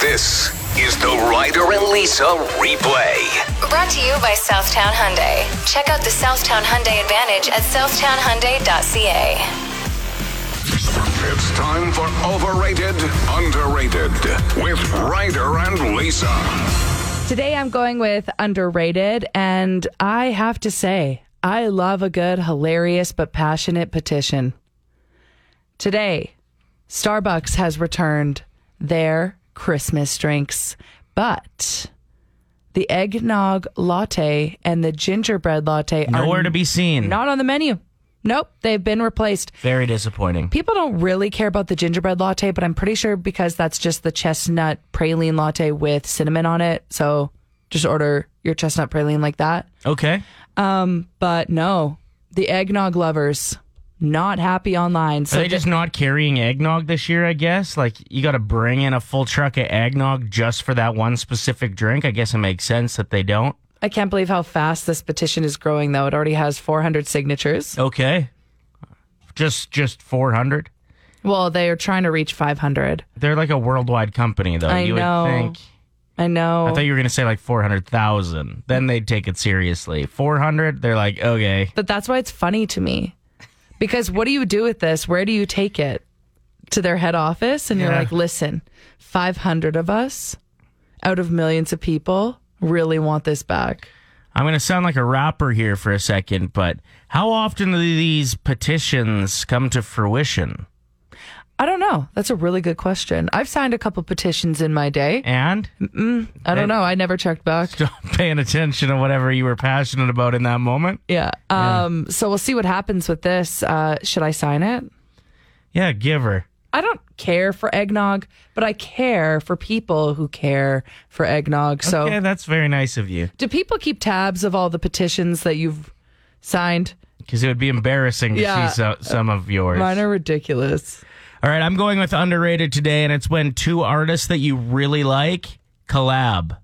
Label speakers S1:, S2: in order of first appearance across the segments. S1: This is the Ryder and Lisa replay.
S2: Brought to you by Southtown Hyundai. Check out the Southtown Hyundai Advantage at southtownhyundai.ca.
S1: It's time for Overrated, Underrated with Ryder and Lisa.
S3: Today I'm going with underrated, and I have to say, I love a good, hilarious, but passionate petition. Today, Starbucks has returned their Christmas drinks, but the eggnog latte and the gingerbread latte
S4: Nowhere
S3: are
S4: to be seen.
S3: not on the menu. Nope, they've been replaced.
S4: Very disappointing.
S3: People don't really care about the gingerbread latte, but I'm pretty sure because that's just the chestnut praline latte with cinnamon on it. So just order your chestnut praline like that.
S4: Okay.
S3: But no, the eggnog lovers not happy online.
S4: Are
S3: So
S4: they just not carrying eggnog this year, I guess? Like, you got to bring in a full truck of eggnog just for that one specific drink? I guess it makes sense that they don't.
S3: I can't believe how fast this petition is growing, though. It already has 400 signatures.
S4: Okay. Just just 400.
S3: Well, they are trying to reach 500.
S4: They're like a worldwide company, though.
S3: I
S4: you
S3: know.
S4: would think.
S3: I know.
S4: I thought you were going to say like 400,000. Then they'd take it seriously. 400, they're like, okay.
S3: But that's why it's funny to me. Because what do you do with this? Where do you take it? To their head office? And you're
S4: Yeah.
S3: like, listen, 500 of us out of millions of people really want this back.
S4: I'm going to sound like a rapper here for a second, but how often do these petitions come to fruition?
S3: I don't know. That's a really good question. I've signed a couple petitions in my day.
S4: And
S3: I don't know. I never checked back.
S4: stop paying attention to whatever you were passionate about in that moment.
S3: Yeah. Um, so we'll see what happens with this. Uh, should I sign it?
S4: Yeah, give her.
S3: I don't care for eggnog, but I care for people who care for eggnog. So
S4: yeah, that's very nice of you
S3: Do people keep tabs of all the petitions that you've signed?
S4: because it would be embarrassing to
S3: Yeah.
S4: see so, some of yours.
S3: Mine are ridiculous.
S4: All right, I'm going with underrated today, and it's when two artists that you really like collab.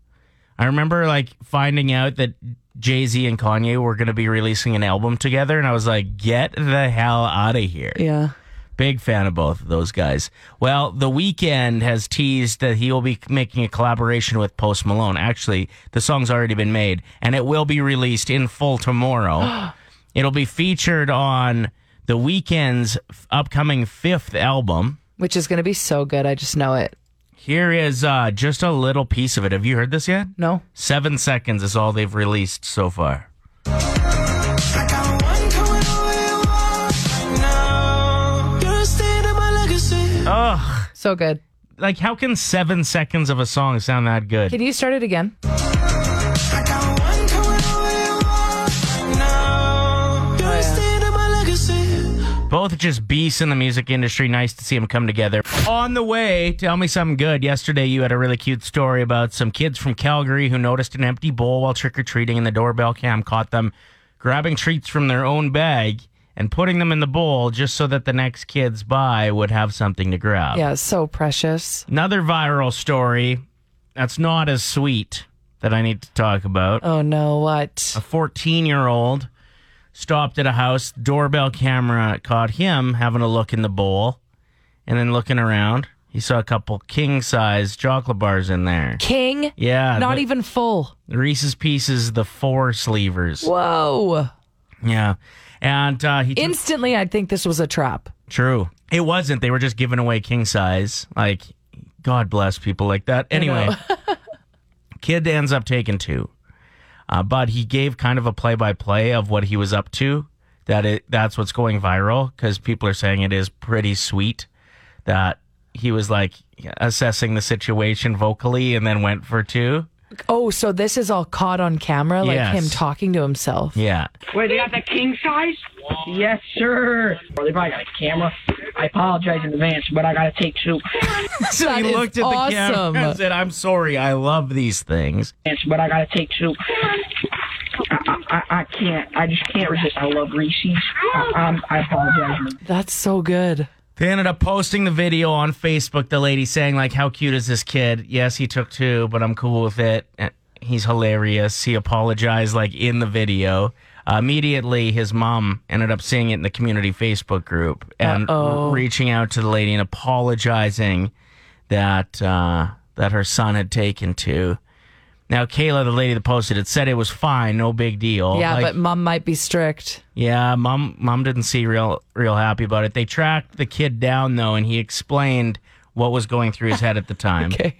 S4: I remember like finding out that Jay Z and Kanye were going to be releasing an album together, and I was like, get the hell out of here.
S3: Yeah.
S4: Big fan of both of those guys. Well, The Weeknd has teased that he will be making a collaboration with Post Malone. Actually, the song's already been made and it will be released in full tomorrow. It'll be featured on The Weeknd's f- upcoming fifth album.
S3: Which is going to be so good. I just know it.
S4: Here is uh, just a little piece of it. Have you heard this yet?
S3: No?
S4: Seven seconds is all they've released so far.
S5: I got one coming over your wall right now. You're a stain on my legacy.
S4: Ugh.
S3: So good.
S4: Like, how can seven seconds of a song sound that good?
S3: Can you start it again?
S5: I got one coming over your wall right now. You're a stain on my legacy.
S4: Both just beasts in the music industry. Nice to see them come together. On the way, tell me something good. Yesterday, you had a really cute story about some kids from Calgary who noticed an empty bowl while trick or treating, and the doorbell cam caught them grabbing treats from their own bag and putting them in the bowl just so that the next kids by would have something to grab.
S3: Yeah, it's so precious.
S4: Another viral story that's not as sweet that I need to talk about.
S3: Oh no, what?
S4: A 14 year old stopped at a house, doorbell camera caught him having a look in the bowl and then looking around. He saw a couple king size chocolate bars in there.
S3: King?
S4: Yeah.
S3: Not
S4: the-
S3: even full.
S4: Reese's pieces, the four sleevers.
S3: Whoa.
S4: Yeah. And uh, he took-
S3: Instantly, I'd think this was a trap.
S4: True. It wasn't. They were just giving away king size. Like, God bless people like that. Anyway, kid ends up taking two, uh, but he gave kind of a play by play of what he was up to. That it that's what's going viral because people are saying it is pretty sweet that he was like assessing the situation vocally and then went for two.
S3: Oh, so this is all caught on camera, like
S4: Yes.
S3: him talking to himself.
S4: Yeah.
S6: Wait, they got that king size? Yes, sir. Well, they probably got a camera. I apologize in advance, but I gotta take two.
S4: So
S3: That
S4: he
S3: is
S4: looked at the
S3: awesome.
S4: camera and said, "I'm sorry. I love these things."
S6: But I gotta take two. I, I, I can't. I just can't resist. I love Reese's. I, I'm, I apologize.
S3: That's so good.
S4: They ended up posting the video on Facebook. The lady saying like, "How cute is this kid?" Yes, he took two, but I'm cool with it. Eh, He's hilarious. He apologized like in the video. Uh, immediately, his mom ended up seeing it in the community Facebook group and
S3: Uh-oh.
S4: reaching out to the lady and apologizing that uh, that her son had taken to. Now, Kayla, the lady that posted it, said it was fine, no big deal.
S3: Yeah,
S4: Like,
S3: but mom might be strict.
S4: yeah, mom mom didn't see real real happy about it. They tracked the kid down though, and he explained what was going through his head at the time.
S3: Okay.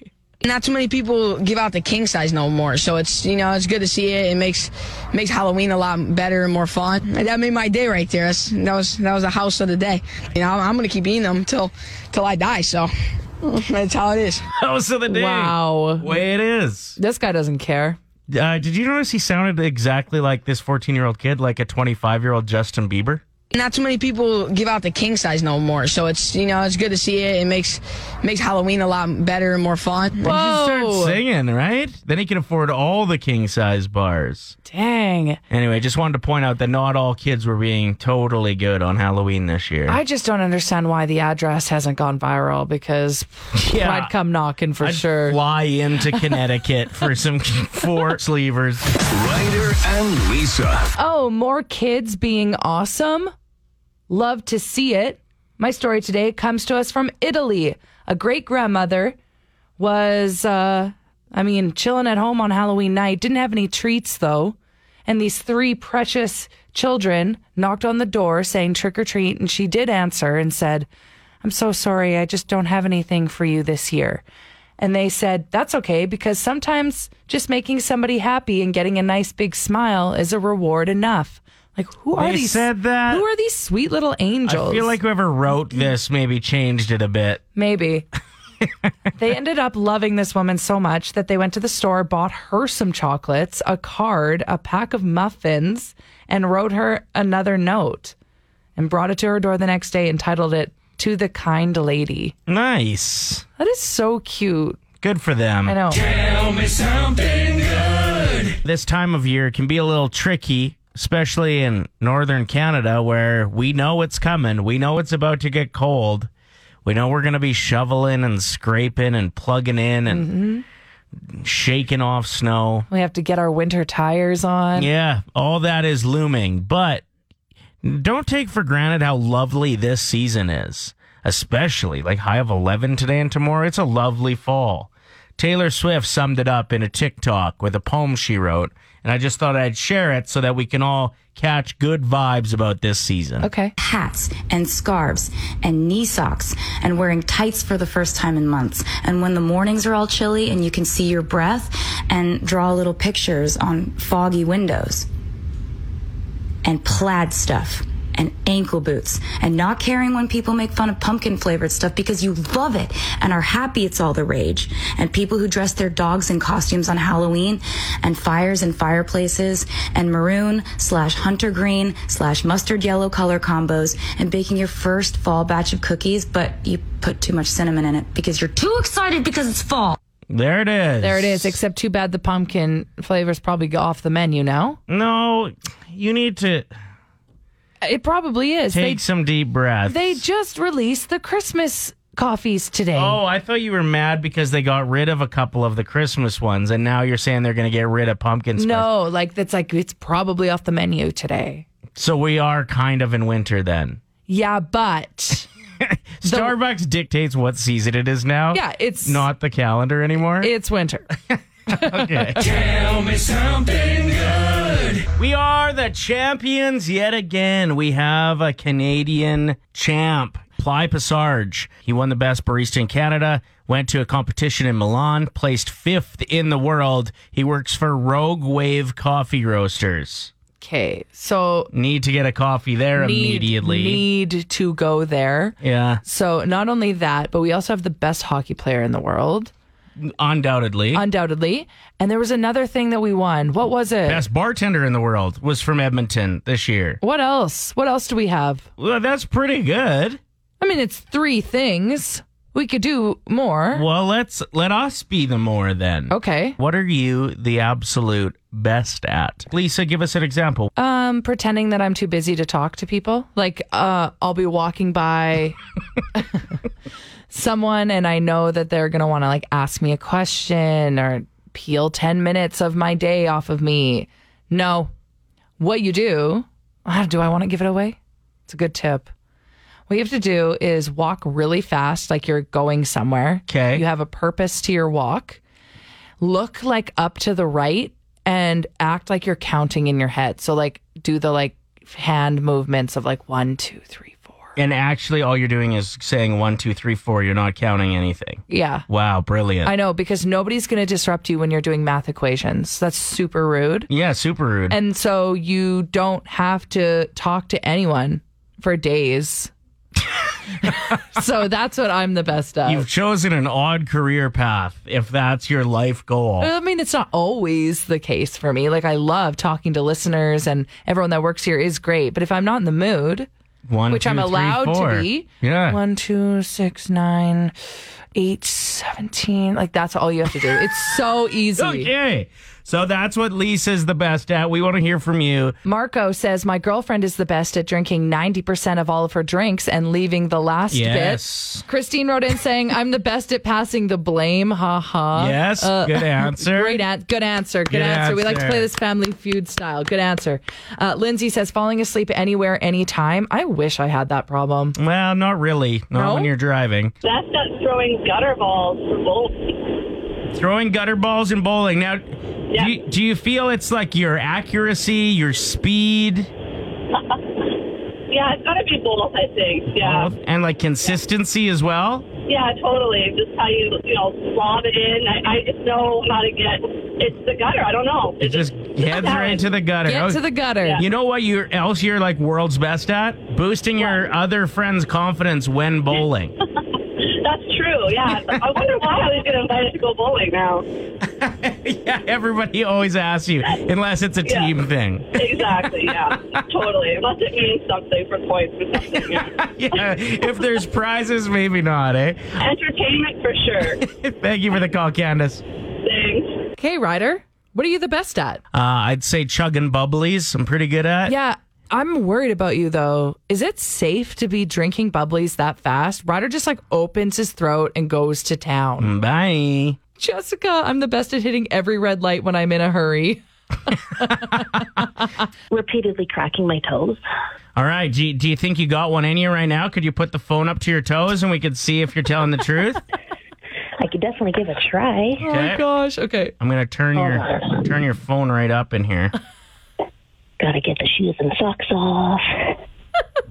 S7: not too many people give out the king size no more. So it's you know it's good to see it. It makes makes Halloween a lot better and more fun. And that made my day right there. That's, that was that was the house of the day. You know I'm, I'm gonna keep eating them till till I die. So that's how it is.
S4: House of the day.
S3: Wow.
S4: Way it is.
S3: This guy doesn't care.
S4: Uh, did you notice he sounded exactly like this 14 year old kid, like a 25 year old Justin Bieber?
S7: Not too many people give out the king size no more. So it's you know it's good to see it. It makes makes Halloween a lot better and more fun.
S4: He started
S3: Whoa.
S4: singing, right? Then he can afford all the king size bars.
S3: Dang.
S4: Anyway, just wanted to point out that not all kids were being totally good on Halloween this year.
S3: I just don't understand why the address hasn't gone viral because
S4: Yeah.
S3: I'd come knocking for
S4: I'd
S3: sure.
S4: fly into Connecticut for some four sleevers.
S1: Ryder and Lisa.
S3: Oh, more kids being awesome. Love to see it. My story today comes to us from Italy. A great grandmother was, uh, I mean, chilling at home on Halloween night. Didn't have any treats though. And these three precious children knocked on the door saying trick or treat. And she did answer and said, I'm so sorry. I just don't have anything for you this year. And they said, that's okay, because sometimes just making somebody happy and getting a nice big smile is a reward enough. Like, who are
S4: They
S3: these?
S4: said that?
S3: Who are these sweet little angels? Mm-hmm.
S4: I feel like whoever wrote this maybe changed it a bit.
S3: Maybe. they ended up loving this woman so much that they went to the store, bought her some chocolates, a card, a pack of muffins, and wrote her another note and brought it to her door the next day and titled it To the Kind Lady.
S4: Nice.
S3: That is so cute.
S4: Good for them.
S3: I know.
S4: This time of year can be a little tricky, especially in northern Canada where we know it's coming. We know it's about to get cold. We know we're going to be shoveling and scraping and plugging in and
S3: Mm-hmm.
S4: shaking off snow.
S3: We have to get our winter tires on.
S4: Yeah, all that is looming, but don't take for granted how lovely this season is, especially like high of 11 today and tomorrow. It's a lovely fall. Taylor Swift summed it up in a TikTok with a poem she wrote, and I just thought I'd share it so that we can all catch good vibes about this season.
S3: Okay.
S8: hats and scarves and knee socks and wearing tights for the first time in months. And when the mornings are all chilly and you can see your breath and draw little pictures on foggy windows and plaid stuff and ankle boots and not caring when people make fun of pumpkin flavored stuff because you love it and are happy it's all the rage. And people who dress their dogs in costumes on Halloween and fires and fireplaces and maroon slash hunter green slash mustard yellow color combos and baking your first fall batch of cookies, but you put too much cinnamon in it because you're too excited because it's fall.
S4: There it is.
S3: There it is, except too bad the pumpkin flavor's probably off the menu now.
S4: No, you need to
S3: It probably is.
S4: take some deep breaths.
S3: they, they just released the Christmas coffees today.
S4: Oh, I thought you were mad because they got rid of a couple of the Christmas ones, and now you're saying they're going to get rid of pumpkin spice.
S3: No, like that's like it's probably off the menu today.
S4: So we are kind of in winter then.
S3: Yeah, but
S4: Starbucks dictates what season it is now.
S3: yeah, it's
S4: Oh, Not the calendar anymore.
S3: It's winter.
S4: okay. We are the champions yet again. We have a Canadian champ, Ply Passarge. He won the best barista in Canada, went to a competition in Milan, placed fifth in the world. He works for Rogue Wave Coffee Roasters.
S3: Okay, so
S4: Need to get a coffee there
S3: need-
S4: immediately.
S3: need to go there.
S4: Yeah,
S3: So not only that, but we also have the best hockey player in the world,
S4: undoubtedly.
S3: undoubtedly. And there was another thing that we won. What was it?
S4: best bartender in the world was from Edmonton this year.
S3: What else? What else do we have?
S4: Well, that's pretty good.
S3: I mean, it's three things. We could do more.
S4: Well, let's let us be the more then.
S3: Okay.
S4: What are you the absolute best at? Lisa, give us an example.
S3: Um, pretending that I'm too busy to talk to people. Like, uh, I'll be walking by someone and I know that they're gonna want to like ask me a question or peel ten minutes of my day off of me. No, what you do? Ah, do I want to give it away? It's a good tip. What you have to do is walk really fast, like you're going somewhere.
S4: 'Kay.
S3: You have a purpose to your walk. Look like up to the right and act like you're counting in your head. So, like, do the like hand movements of like one, two, three, four.
S4: And actually, all you're doing is saying one, two, three, four. You're not counting anything.
S3: Yeah.
S4: Wow, brilliant.
S3: I know because nobody's going to disrupt you when you're doing math equations. That's super rude.
S4: yeah, super rude.
S3: And so you don't have to talk to anyone for days. so that's what I'm the best at.
S4: You've chosen an odd career path if that's your life goal.
S3: I mean, it's not always the case for me. Like, I love talking to listeners, and everyone that works here is great. But if I'm not in the mood,
S4: One,
S3: which
S4: two,
S3: I'm
S4: three,
S3: allowed
S4: four.
S3: to be,
S4: Yeah.
S3: one, two, six, nine, eight, seventeen. Like, that's all you have to do. It's so easy.
S4: Okay. So that's what Lisa's the best at. We want to hear from you.
S3: Marco says, My girlfriend is the best at drinking 90% of all of her drinks and leaving the last
S4: Yes.
S3: bit. Christine wrote in saying, I'm the best at passing the blame. Ha ha. Uh,
S4: Yes. good answer.
S3: Great an- good answer. Good,
S4: Good
S3: answer. We like to
S4: answer.
S3: play this family feud style. Good answer. Uh, Lindsay says, Falling asleep anywhere, anytime. I wish I had that problem.
S4: Well, not really. Not
S3: No?
S4: when you're driving.
S7: That's not throwing gutter balls for both.
S4: Throwing gutter balls and bowling. Now,
S7: Yeah.
S4: do, you, do you feel it's like your accuracy, your speed,
S7: Yeah, it's got to be both, I think. Yeah.
S4: both, and like consistency as well?
S7: Yeah, totally. Just how you, you know, lob it in. I, I just know how to get It's the gutter. I don't know.
S4: It just heads right to the gutter.
S3: Get
S4: Oh,
S3: to the gutter.
S4: You know what you're else you're like world's best at? Boosting your other friend's confidence when bowling.
S7: That's true. Yeah. I wonder why I was getting invited to go bowling now.
S4: yeah, everybody always asks you, unless it's a
S7: Yeah.
S4: team thing.
S7: Exactly. Yeah. totally. Unless it means something for points or something. Yeah.
S4: yeah, if there's prizes, maybe not, eh?
S7: Entertainment for sure.
S4: Thank you for the call, Candace.
S7: Thanks.
S3: Okay, Ryder, what are you the best at?
S4: Uh, I'd say chugging bubblies. I'm pretty good at.
S3: Yeah. I'm worried about you though. Is it safe to be drinking bubblies that fast? Ryder just like opens his throat and goes to town.
S4: Mm. Bye.
S3: Jessica, I'm the best at hitting every red light when I'm in a hurry.
S9: repeatedly cracking my toes.
S4: All right. Do you, do you think you got one in you right now? Could you put the phone up to your toes and we could see if you're telling the truth?
S9: I could definitely give it a try.
S3: Oh my Oh
S4: Okay.
S3: gosh. Okay.
S4: I'm gonna turn your turn your phone right up in here.
S9: Gotta get the shoes and socks off.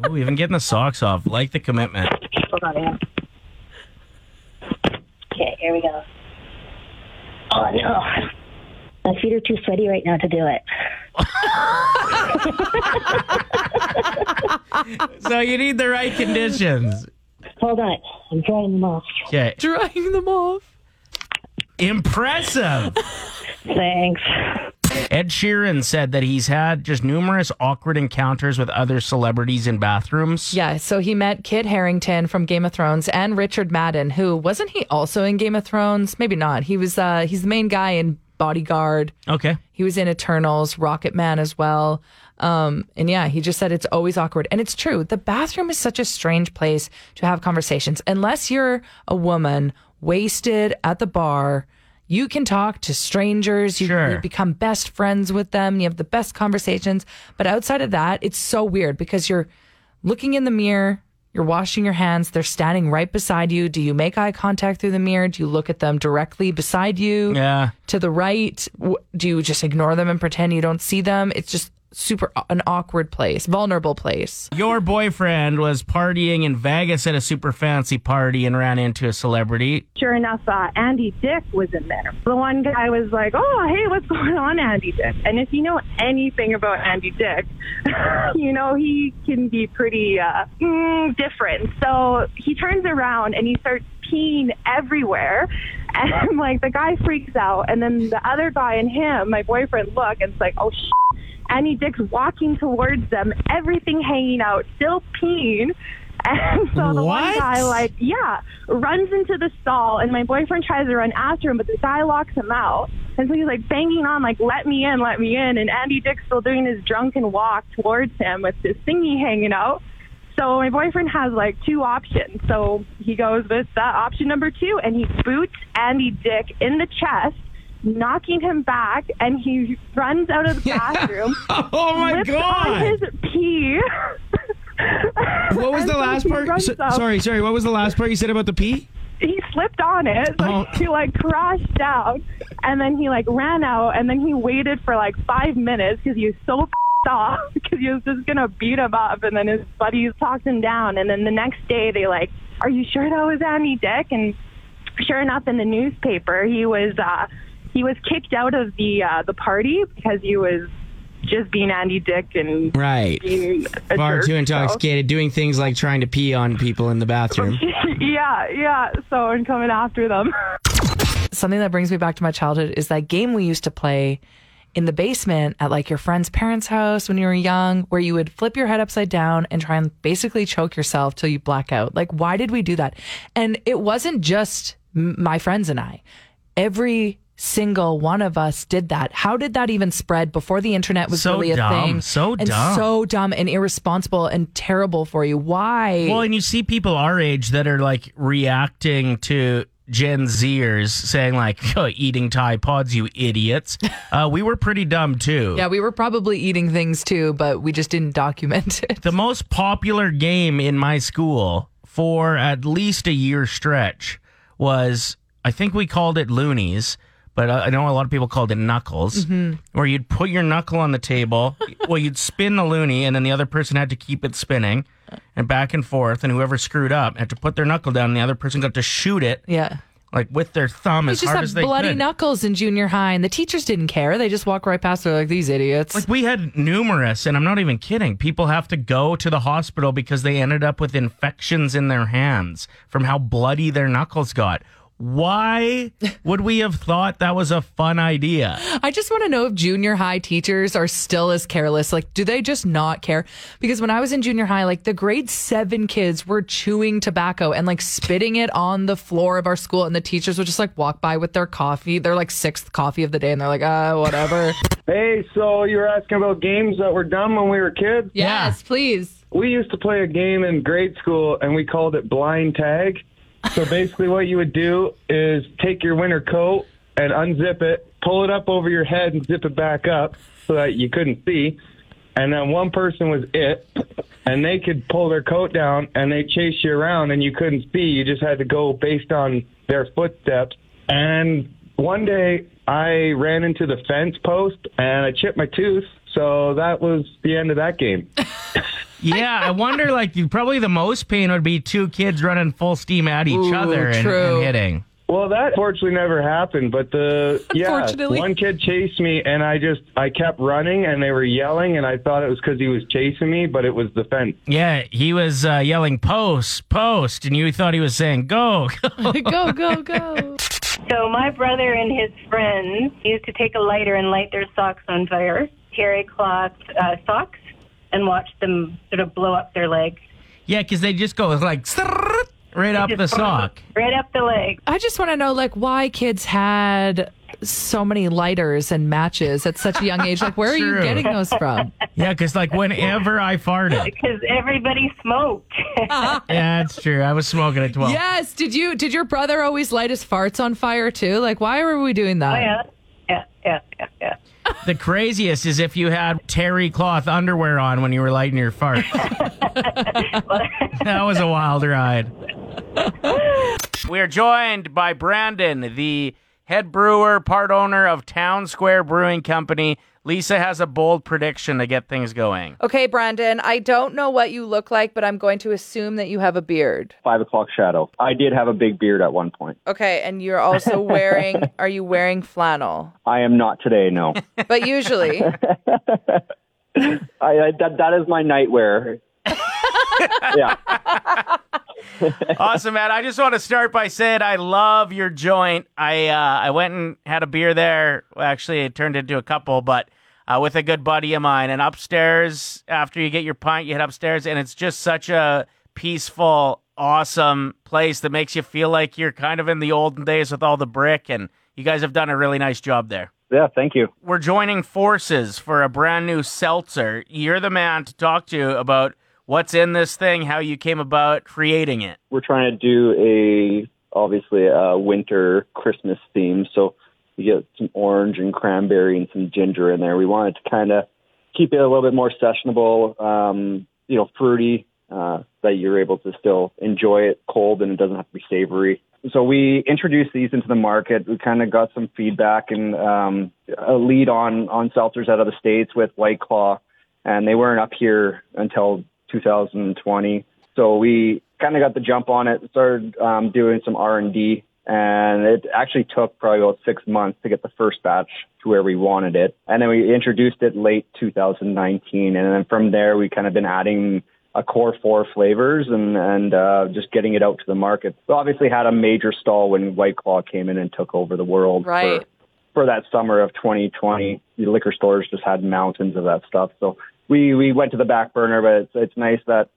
S4: Ooh, even getting the socks off. Like the commitment.
S9: Hold on, yeah. Okay, here we go. Oh no. My feet are too sweaty right now to do it.
S4: So you need the right conditions.
S9: Hold on. I'm drying them off.
S4: Okay.
S3: Drying them off.
S4: Impressive.
S9: Thanks.
S4: Ed Sheeran said that he's had just numerous awkward encounters with other celebrities in bathrooms.
S3: Yeah. So he met Kit Harrington from Game of Thrones and Richard Madden, who wasn't he also in Game of Thrones? Maybe not. He was uh he's the main guy in Bodyguard.
S4: Okay.
S3: He was in Eternals, Rocket Man as well. Um, and yeah, he just said it's always awkward. And it's true. The bathroom is such a strange place to have conversations. Unless you're a woman wasted at the bar, you can talk to strangers. You,
S4: Sure.
S3: you become best friends with them. You have the best conversations. But outside of that, it's so weird because you're looking in the mirror. You're washing your hands. They're standing right beside you. Do you make eye contact through the mirror? Do you look at them directly beside you?
S4: Yeah.
S3: to the right? W- Do you just ignore them and pretend you don't see them? It's just super an awkward place, vulnerable place.
S4: Your boyfriend was partying in Vegas at a super fancy party and ran into a celebrity.
S7: sure enough, uh, Andy Dick was in there. The one guy was like, "Oh, hey, what's going on, Andy Dick?" And if you know anything about Andy Dick, you know he can be pretty uh, mm, different. So he turns around and he starts peeing everywhere, and like the guy freaks out, and then the other guy and him, my boyfriend, look and it's like, "Oh." Sh-. Andy Dick's walking towards them, everything hanging out, still peeing. And so the one
S4: What?
S7: guy, like, yeah, runs into the stall, and my boyfriend tries to Uh, run after him, but the guy locks him out. And so he's like banging on, like, let me in, let me in. And Andy Dick's still doing his drunken walk towards him with his thingy hanging out. So my boyfriend has like two options. So he goes with uh, option number two, and he boots Andy Dick in the chest, knocking him back, and he runs out of the bathroom
S4: Oh my
S7: whips on his pee
S10: What was the
S7: And so
S10: last
S7: he
S10: part?
S7: runs
S10: So-
S7: up.
S10: sorry, sorry. What was the last part you said about the pee?
S7: he slipped on it. So
S10: Oh.
S7: he like crashed down, and then he like ran out, and then he waited for like five minutes because he was so f***ed off because he was just gonna beat him up, and then his buddies talked him down, and then the next day they like, "Are you sure that was Andy Dick?" and sure enough, in the newspaper, he was uh, he was kicked out of the uh, the party because he was just being Andy Dick and
S10: Right.
S7: being a
S10: Far
S7: jerk,
S10: too
S7: so.
S10: intoxicated, doing things like trying to pee on people in the
S7: Oh,
S10: bathroom.
S7: yeah, yeah. So and coming after them.
S3: Something that brings me back to my childhood is that game we used to play in the basement at like your friend's parents' house when you were young, where you would flip your head upside down and try and basically choke yourself till you black out. Like, why did we do that? And it wasn't just m- my friends and I. Every single one of us did that. How did that even spread before the internet was
S4: So
S3: really a
S4: dumb.
S3: thing?
S4: So
S3: and
S4: dumb.
S3: so dumb and irresponsible and terrible for you. Why?
S4: Well, and you see people our age that are like reacting to Gen Zers saying like "Oh, eating Tide Pods, you idiots. Uh, we were pretty dumb too.
S3: yeah, we were probably eating things too, but we just didn't document it.
S4: The most popular game in my school for at least a year stretch was I think we called it loonies, but I I know a lot of people called it knuckles,
S3: Mm-hmm.
S4: where you'd put your knuckle on the table. well, you'd spin the loonie, and then the other person had to keep it spinning and back and forth, and whoever screwed up had to put their knuckle down, and the other person got to shoot it
S3: Yeah.
S4: like with their thumb
S3: We
S4: as
S3: just
S4: hard
S3: had
S4: as they
S3: bloody
S4: could.
S3: knuckles in junior high, and the teachers didn't care. They just walk right past. They're like, these idiots.
S4: Like we had numerous, and I'm not even kidding. People have to go to the hospital because they ended up with infections in their hands from how bloody their knuckles got. Why would we have thought that was a fun idea?
S3: I just want to know if junior high teachers are still as careless. Like, do they just not care? Because when I was in junior high, like the grade seven kids were chewing tobacco and like spitting it on the floor of our school, and the teachers would just like walk by with their coffee, their like sixth coffee of the day, and they're like, ah, whatever.
S11: Hey, so you were asking about games that were done when we were kids?
S3: yes, please.
S11: We used to play a game in grade school and we called it blind tag. So basically, what you would do is take your winter coat and unzip it, pull it up over your head and zip it back up so that you couldn't see. And then one person was it, and they could pull their coat down and they chase you around and you couldn't see. You just had to go based on their footsteps. And one day I ran into the fence post and I chipped my tooth. So that was the end of that game.
S4: Yeah, I wonder. Like, you- probably the most pain would be two kids running full steam at each
S11: Ooh,
S4: other and,
S11: true.
S4: and hitting.
S11: Well, that fortunately never happened, but the yeah,
S4: Unfortunately.
S11: one kid chased me, and I just I kept running, and they were yelling, and I thought it was because he was chasing me, but it was the fence.
S4: Yeah, he was uh, yelling "post, post," and you thought he was saying "go."
S3: go, go, go.
S12: So my brother and his friends used to take a lighter and light their socks on fire, terry cloth uh, socks, and watch them sort of blow up their legs.
S4: yeah, because they just go like right up the sock.
S12: Right up the leg.
S3: I just want to know, like, why kids had so many lighters and matches at such a young age. Like, where are you
S4: True.
S3: getting those from?
S4: Yeah, because like whenever I farted,
S12: Because everybody smoked.
S4: yeah, that's true. I was smoking at twelve.
S3: yes. Did you? Did your brother always light his farts on fire too? Like, why were we doing that?
S12: yeah, yeah, yeah, yeah.
S4: The craziest is if you had terry cloth underwear on when you were lighting your fart. that was a wild ride. We're joined by Brandon, the head brewer, part owner of Town Square Brewing Company. Lisa has a bold prediction to get things going.
S3: Okay, Brandon. I don't know what you look like, but I'm going to assume that you have a beard.
S8: Five o'clock shadow. I did have a big beard at one point.
S3: Okay, and you're also wearing. are you wearing flannel?
S8: I am not today, no.
S3: But usually,
S8: I, I that, that is my nightwear. yeah.
S4: awesome, man. I just want to start by saying I love your joint. I uh, I went and had a beer there. Well, Actually, it turned into a couple, but uh, with a good buddy of mine. And upstairs, after you get your pint, you head upstairs, and it's just such a peaceful, awesome place that makes you feel like you're kind of in the olden days with all the brick. And you guys have done a really nice job there
S8: Yeah, thank you.
S4: we're joining forces for a brand new seltzer. You're the man to talk to about what's in this thing, how you came about creating it.
S8: We're trying to do a obviously a winter Christmas theme, so you get some orange and cranberry and some ginger in there. We wanted to kind of keep it a little bit more sessionable, um, you know, fruity, uh, that you're able to still enjoy it cold and it doesn't have to be savory. So we introduced these into the market. We kind of got some feedback and um, a lead on on seltzers out of the states with White Claw, and they weren't up here until 2020. So we kind of got the jump on it. Started um, doing some R and D, and it actually took probably about six months to get the first batch to where we wanted it. And then we introduced it late 2019, and then from there we kind of been adding a core four flavors and and uh, just getting it out to the market. We obviously had a major stall when White Claw came in and took over the world. for-
S3: Right.
S8: for that summer of 2020, the liquor stores just had mountains of that stuff. So we we went to the back burner, but it's it's nice that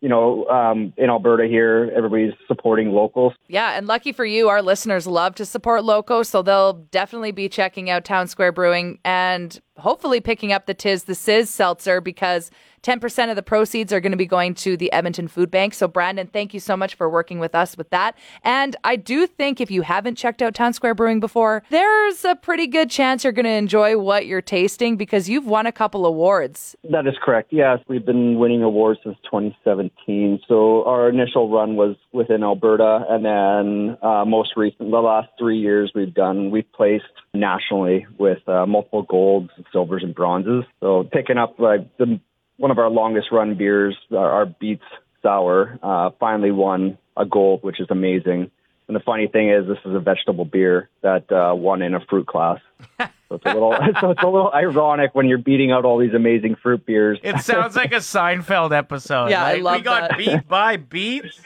S8: you know um, in Alberta here everybody's supporting locals.
S3: Yeah, and lucky for you, our listeners love to support Loco, so they'll definitely be checking out Town Square Brewing and hopefully picking up the Tiz the Sizz seltzer because 10% of the proceeds are going to be going to the Edmonton Food Bank. So, Brandon, thank you so much for working with us with that. And I do think if you haven't checked out Town Square Brewing before, there's a pretty good chance you're going to enjoy what you're tasting because you've won a couple awards.
S8: That is correct. Yes, we've been winning awards since 2017. So our initial run was within Alberta, and then uh, most recent, the last three years we've done, we've placed nationally with uh, multiple golds, silvers, and bronzes. So picking up like the one of our longest run beers, our, our Beats Sour, uh, finally won a gold, which is amazing. And the funny thing is, this is a vegetable beer that uh, won in a fruit class. So it's a little, so it's a little ironic when you're beating out all these amazing fruit beers.
S4: It sounds like a Seinfeld episode.
S3: Yeah, I
S4: Like,
S3: love
S4: We got
S3: that.
S4: beat by beats.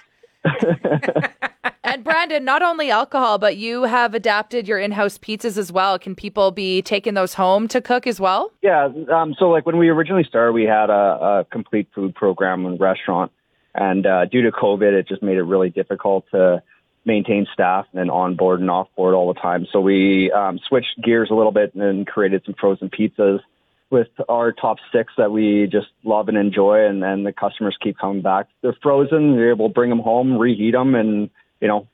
S3: And Brandon, not only alcohol, but you have adapted your in-house pizzas as well. Can people be taking those home to cook as well?
S8: Yeah. Um, so like when we originally started, we had a, a complete food program and restaurant, and uh, due to COVID, it just made it really difficult to maintain staff and then on board and off board all the time. So we um, switched gears a little bit and then created some frozen pizzas with our top six that we just love and enjoy, and then the customers keep coming back. They're frozen. We're able to bring them home, reheat them, and you know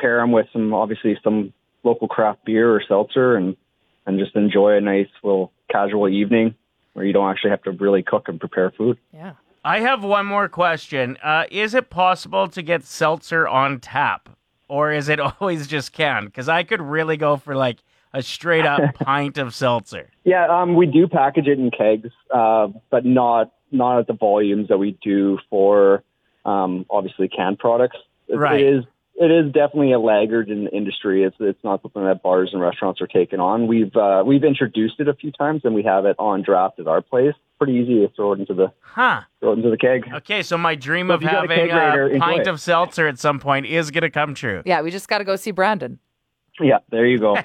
S8: pair them with some obviously some local craft beer or seltzer and and just enjoy a nice little casual evening where you don't actually have to really cook and prepare food.
S3: Yeah.
S4: I have one more question. Uh, is it possible to get seltzer on tap, or is it always just canned? Because I could really go for like a straight up pint of seltzer.
S8: Yeah, um, we do package it in kegs, uh, but not not at the volumes that we do for um, obviously canned products. It-
S4: Right.
S8: It is it is definitely a laggard in the industry. It's it's not something that bars and restaurants are taking on. We've uh, we've introduced it a few times and we have it on draft at our place. Pretty easy to throw it into the
S4: Huh.
S8: throw it into the keg.
S4: Okay, so my dream
S8: So
S4: of
S8: if you got a
S4: having
S8: keg later,
S4: a
S8: enjoy
S4: pint
S8: it.
S4: of seltzer at some point is going to come true.
S3: Yeah, we just got to go see Brandon.
S8: Yeah, there you go.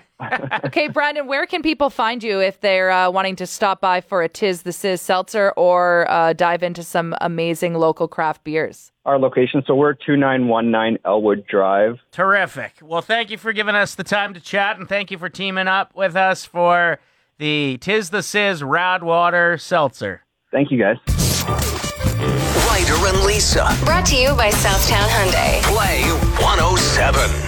S3: okay, Brandon, where can people find you if they're uh, wanting to stop by for a Tiz the Sizz seltzer or uh, dive into some amazing local craft beers?
S8: Our location, so we're two nine one nine Elwood Drive.
S4: Terrific. Well, thank you for giving us the time to chat, and thank you for teaming up with us for the Tis the Sizz Radwater Seltzer.
S8: Thank you, guys.
S1: Ryder and Lisa.
S2: Brought to you by Southtown Hyundai.
S1: oh Play 107.